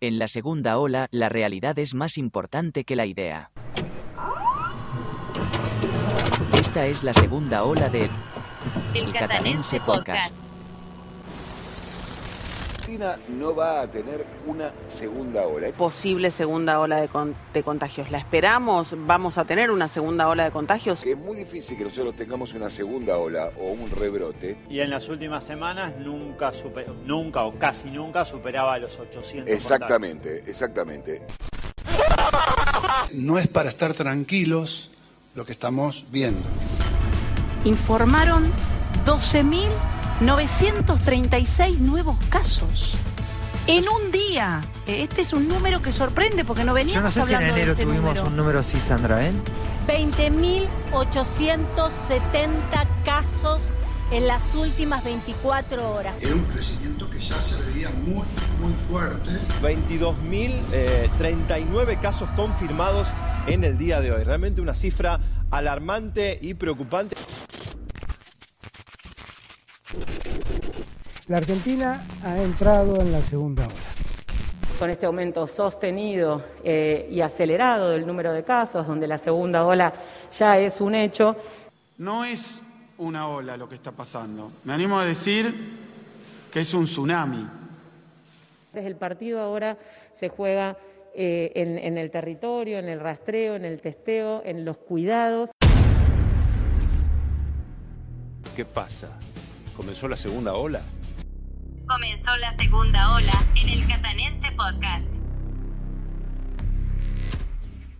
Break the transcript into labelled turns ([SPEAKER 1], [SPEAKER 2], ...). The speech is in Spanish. [SPEAKER 1] En la segunda ola, la realidad es más importante que la idea. Esta es la segunda ola de
[SPEAKER 2] El Catanense Podcast.
[SPEAKER 3] Argentina no va a tener una segunda ola.
[SPEAKER 4] posible segunda ola de, con- de contagios. ¿La esperamos? ¿Vamos a tener una segunda ola de contagios?
[SPEAKER 3] Es muy difícil que nosotros tengamos una segunda ola o un rebrote.
[SPEAKER 5] Y en las últimas semanas nunca, super- nunca o casi nunca superaba los 800.
[SPEAKER 3] Exactamente, exactamente.
[SPEAKER 6] No es para estar tranquilos lo que estamos viendo.
[SPEAKER 7] informaron 12.936 nuevos casos. En un día. Este es un número que sorprende porque no veníamos
[SPEAKER 8] Yo no sé si en
[SPEAKER 7] hablando de
[SPEAKER 8] enero
[SPEAKER 7] este
[SPEAKER 8] tuvimos
[SPEAKER 7] número.
[SPEAKER 8] un número así, Sandra, ¿eh?
[SPEAKER 9] 20.870 casos en las últimas 24 horas.
[SPEAKER 6] Era un crecimiento que ya se veía muy, muy fuerte.
[SPEAKER 10] eh, 22.039 casos confirmados en el día de hoy. Realmente una cifra alarmante y preocupante.
[SPEAKER 11] La Argentina ha entrado en la segunda ola.
[SPEAKER 12] con este aumento sostenido eh, y acelerado del número de casos, donde la segunda ola ya es un hecho,
[SPEAKER 13] No es una ola lo que está pasando. Me animo a decir que es un tsunami.
[SPEAKER 12] desde el partido ahora se juega eh, en, en el territorio, en el rastreo, en el testeo, en los cuidados.
[SPEAKER 14] ¿Qué pasa? ¿Comenzó la segunda ola?
[SPEAKER 2] Comenzó la segunda ola en el Catanense Podcast.